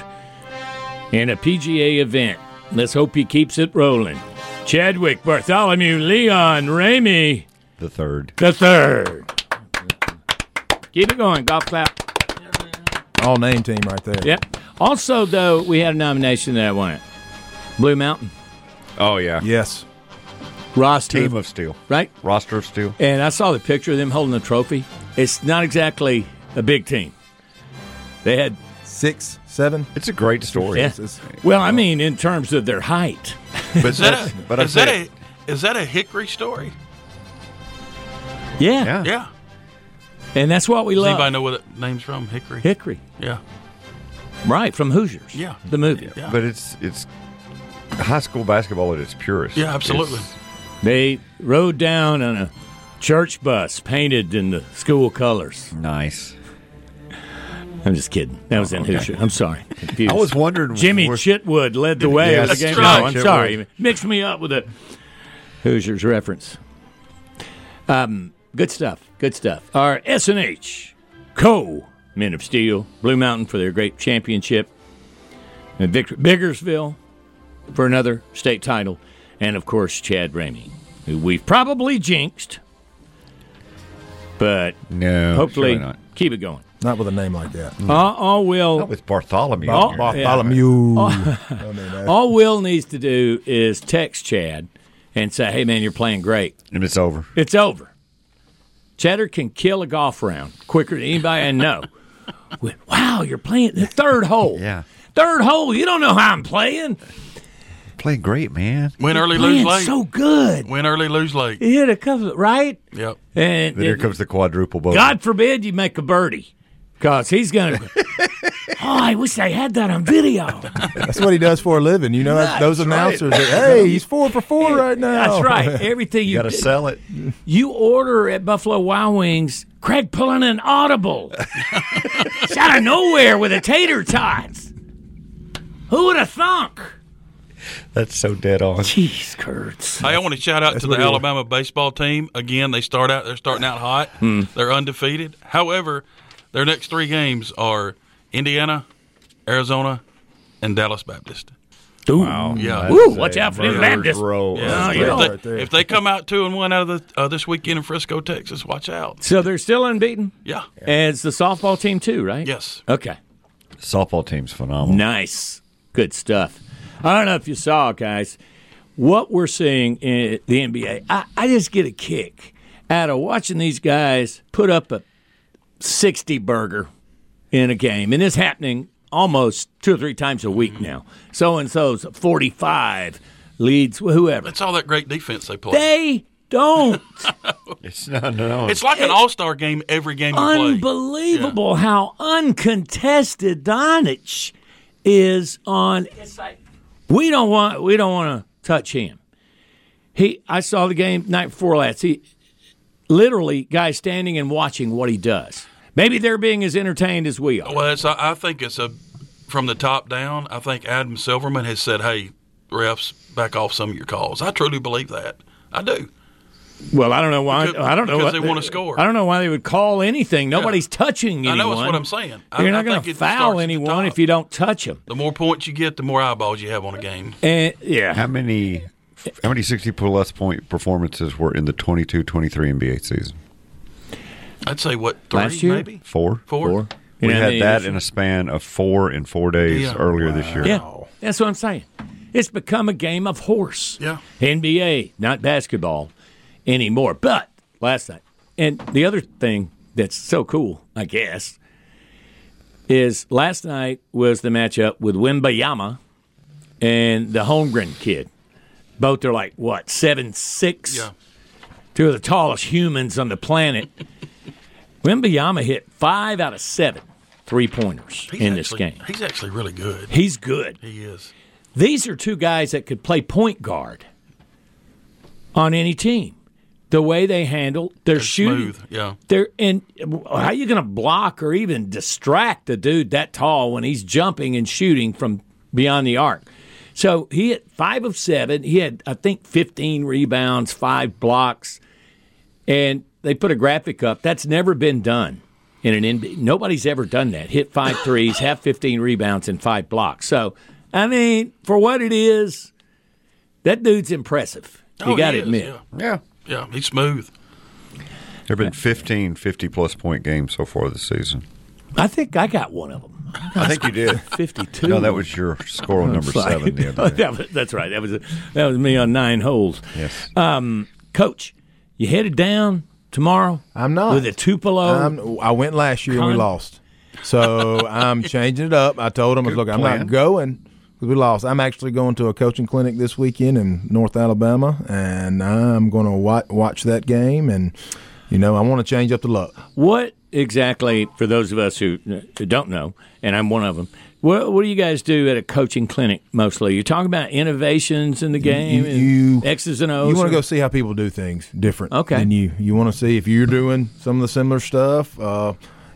in a PGA event. Let's hope he keeps it rolling. Chadwick Bartholomew Leon Ramey
the third.
the third. Keep it going. Golf clap.
All name team right there.
Yep. Also, though, we had a nomination that I wanted. Blue Mountain,
Oh yeah.
Yes.
roster,
Team of steel.
right?
Roster of steel.
And I saw the picture of them holding the trophy. It's not exactly a big team. They had
six, seven.
It's a great story.
<laughs>
Yeah. Well, I mean, in terms of their height.
But
Is that
that's-
a,
but I
is that
said-
a is that a hickory story?
Yeah.
Yeah.
Yeah.
And that's what we
Does
love.
anybody know where that name's from? Hickory.
Hickory.
Yeah.
Right, from Hoosiers.
Yeah.
The movie.
Yeah.
But it's it's high school basketball at its purest.
Yeah, absolutely.
It's-
They rode down on a church bus painted in the school colors.
nice.
I'm just kidding. That was in
Okay.
Hoosier. I'm sorry. Oh, <laughs> Confused.
I was wondering.
Jimmy
where-
Chitwood led the way.
Yeah,
with the
that's
game.
right.
No, I'm
Chitwood.
sorry. Mixed me up with a Hoosiers reference. Um, good stuff. Good stuff. Our SNH Co. Men of Steel, Blue Mountain for their great championship, and Victor Biggersville for another state title, and of course Chad Ramey, who we've probably jinxed, but
No,
hopefully
surely Oh, not.
keep it going.
Not with a name like that.
Uh, all will
Not with Bartholomew.
Oh,
in here.
Bartholomew.
All Will needs to do is text Chad and say, "Hey man, you're playing great.
And it's over.
It's over." Cheddar can kill a golf round quicker than anybody I know. <laughs> With, wow, you're playing the third hole.
Yeah.
Third hole. You don't know how I'm playing.
Play great, man.
Win early, lose
Playing
late.
so good.
Win early, lose late.
You hit a couple, right?
Yep.
And
Then here
and
comes the quadruple bogey.
God forbid you make a birdie, because he's gonna.
<laughs>
oh, I wish they had that on video.
That's what he does for a living. You know, that, those announcers. that, hey, he's four for four right now.
That's right. Everything
You
you,
got to sell it.
you order at Buffalo Wild Wings, Craig pulling an audible. It's out of nowhere with a tater tots. Who would have thunk?
That's so dead on.
Jeez, Kurtz.
Hey, I want to shout out to the Alabama baseball team. Again, they start out they're starting out hot.
Hmm.
They're undefeated. However, their next three games are Indiana, Arizona, and Dallas Baptist.
Ooh,
Hmm.
Yeah.
Ooh, watch out for them
murderer's
Baptists.
row.
Yeah,
you
if,
know.
they,
Right there.
if they come out two and one out of the uh, this weekend in Frisco, Texas, watch out.
So they're still unbeaten?
Yeah,
And it's the softball team, too, right?
yes.
Okay.
Softball team's phenomenal.
Nice. Good stuff. I don't know if you saw, guys, what we're seeing in the NBA. I, I just get a kick out of watching these guys put up a 60 burger in a game. And it's happening almost two or three times a week now. So and so's 45 leads whoever.
It's all that great defense they play.
They don't.
It's no, no.
it's like an all star game every game you play.
Unbelievable how uncontested Donich is on. we don't want we don't want to touch him. He I saw the game night before last. He literally guys standing and watching what he does. Maybe they're being as entertained as we are.
Well, it's, I, I think it's a from the top down. I think Adam Silverman has said, "Hey, refs, back off some of your calls." I truly believe that. I do.
Well, I don't know why.
Because-
I don't know
because
what
they wanna score.
I don't know why they would call anything. Nobody's touching anyone.
I know, that's what I'm saying. I-
You're
I
not going
think
to
it starts at
foul
the
anyone
top.
if you don't touch them.
The more points you get, the more eyeballs you have on a game.
And yeah,
How many how many 60 plus point performances were in the 22-23 NBA season?
I'd say what three
Last year?
maybe
Four.
Four. Four.
We
You know how
had
many
that
this
in
year?
a span of four in four days
Yeah.
earlier this year.
Yeah, that's what I'm saying. It's become a game of horse.
Yeah.
NBA, not basketball anymore. But last night, and the other thing that's so cool, I guess, is last night was the matchup with Wimbayama and the Holmgren kid. Both are like what seven six.
Yeah.
Two of the tallest humans on the planet. Wimbayama hit five out of seven three pointers
He's
in this
actually-
game.
He's actually really good.
He's good.
He is.
These are two guys that could play point guard on any team. The way they handle their shooting,
Smooth. Yeah.
they're and how are you going to block or even distract a dude that tall when he's jumping and shooting from beyond the arc? So he hit five of seven. He had I think fifteen rebounds, five blocks, and they put a graphic up that's never been done in an NBA. Nobody's ever done that. Hit five threes, have fifteen rebounds, and five blocks. So I mean, for what it is, that dude's impressive. You
Oh,
got to
he is,
admit.
Yeah.
Yeah. He's smooth.
There have been 15 50 plus point games so far this season.
I think I got one of them.
I think you did.
52.
<laughs> No, that was your score on number
Sorry.
seven
<laughs>
the other day.
That was- that's right. That was that was me on nine holes.
Yes.
Um, Coach, you headed down tomorrow?
I'm not.
with a Tupelo.
I'm, I went last year and
Con-
we lost.
<laughs>
So I'm changing it up. I told him, I was, look, I'm
plan.
not going because we lost. I'm actually going to a coaching clinic this weekend in North Alabama, and I'm going to watch, watch that game. And, you know, I want to change up the luck.
What exactly for those of us who who don't know, and I'm one of them. What, what do you guys do at a coaching clinic mostly? You're talking about innovations in the game, and
you-
X's and O's.
You want
or-
to go see how people do things different
Okay.
than you. You want to see if you're doing some of the similar stuff. Uh,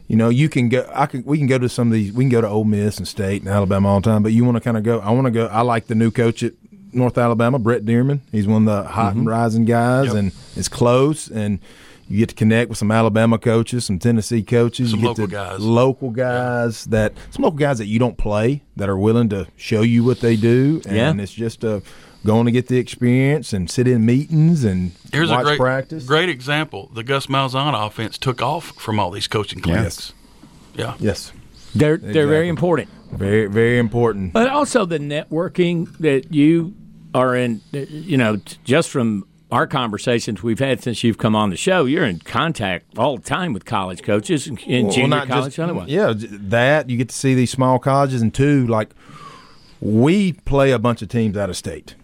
you know, you can go. I can. We can go to some of these. We can go to Ole Miss and State and Alabama all the time. But you want to kind of go. I want to go. I like the new coach at North Alabama, Brett Dearman. He's one of the hot
Mm-hmm.
and rising guys, and it's close. And you get to connect with some Alabama coaches, some Tennessee coaches,
Some
you get
local
to-
guys.
local guys that some local guys that you don't play that are willing to show you what they do. And
Yeah.
it's just uh, going to get the experience and sit in meetings and
Here's
watch
a great
practice.
great example. The Gus Malzahn offense took off from all these coaching clinics. Yeah.
Yes,
They're they're very
Exactly.
important.
very very important.
But also the networking that you are in, you know, t- just from our conversations we've had since you've come on the show, you're in contact all the time with college coaches and, and
Well,
junior
not
college.
just-
otherwise.
Yeah, j- that you get to see these small colleges, and two, like we play a bunch of teams out of state,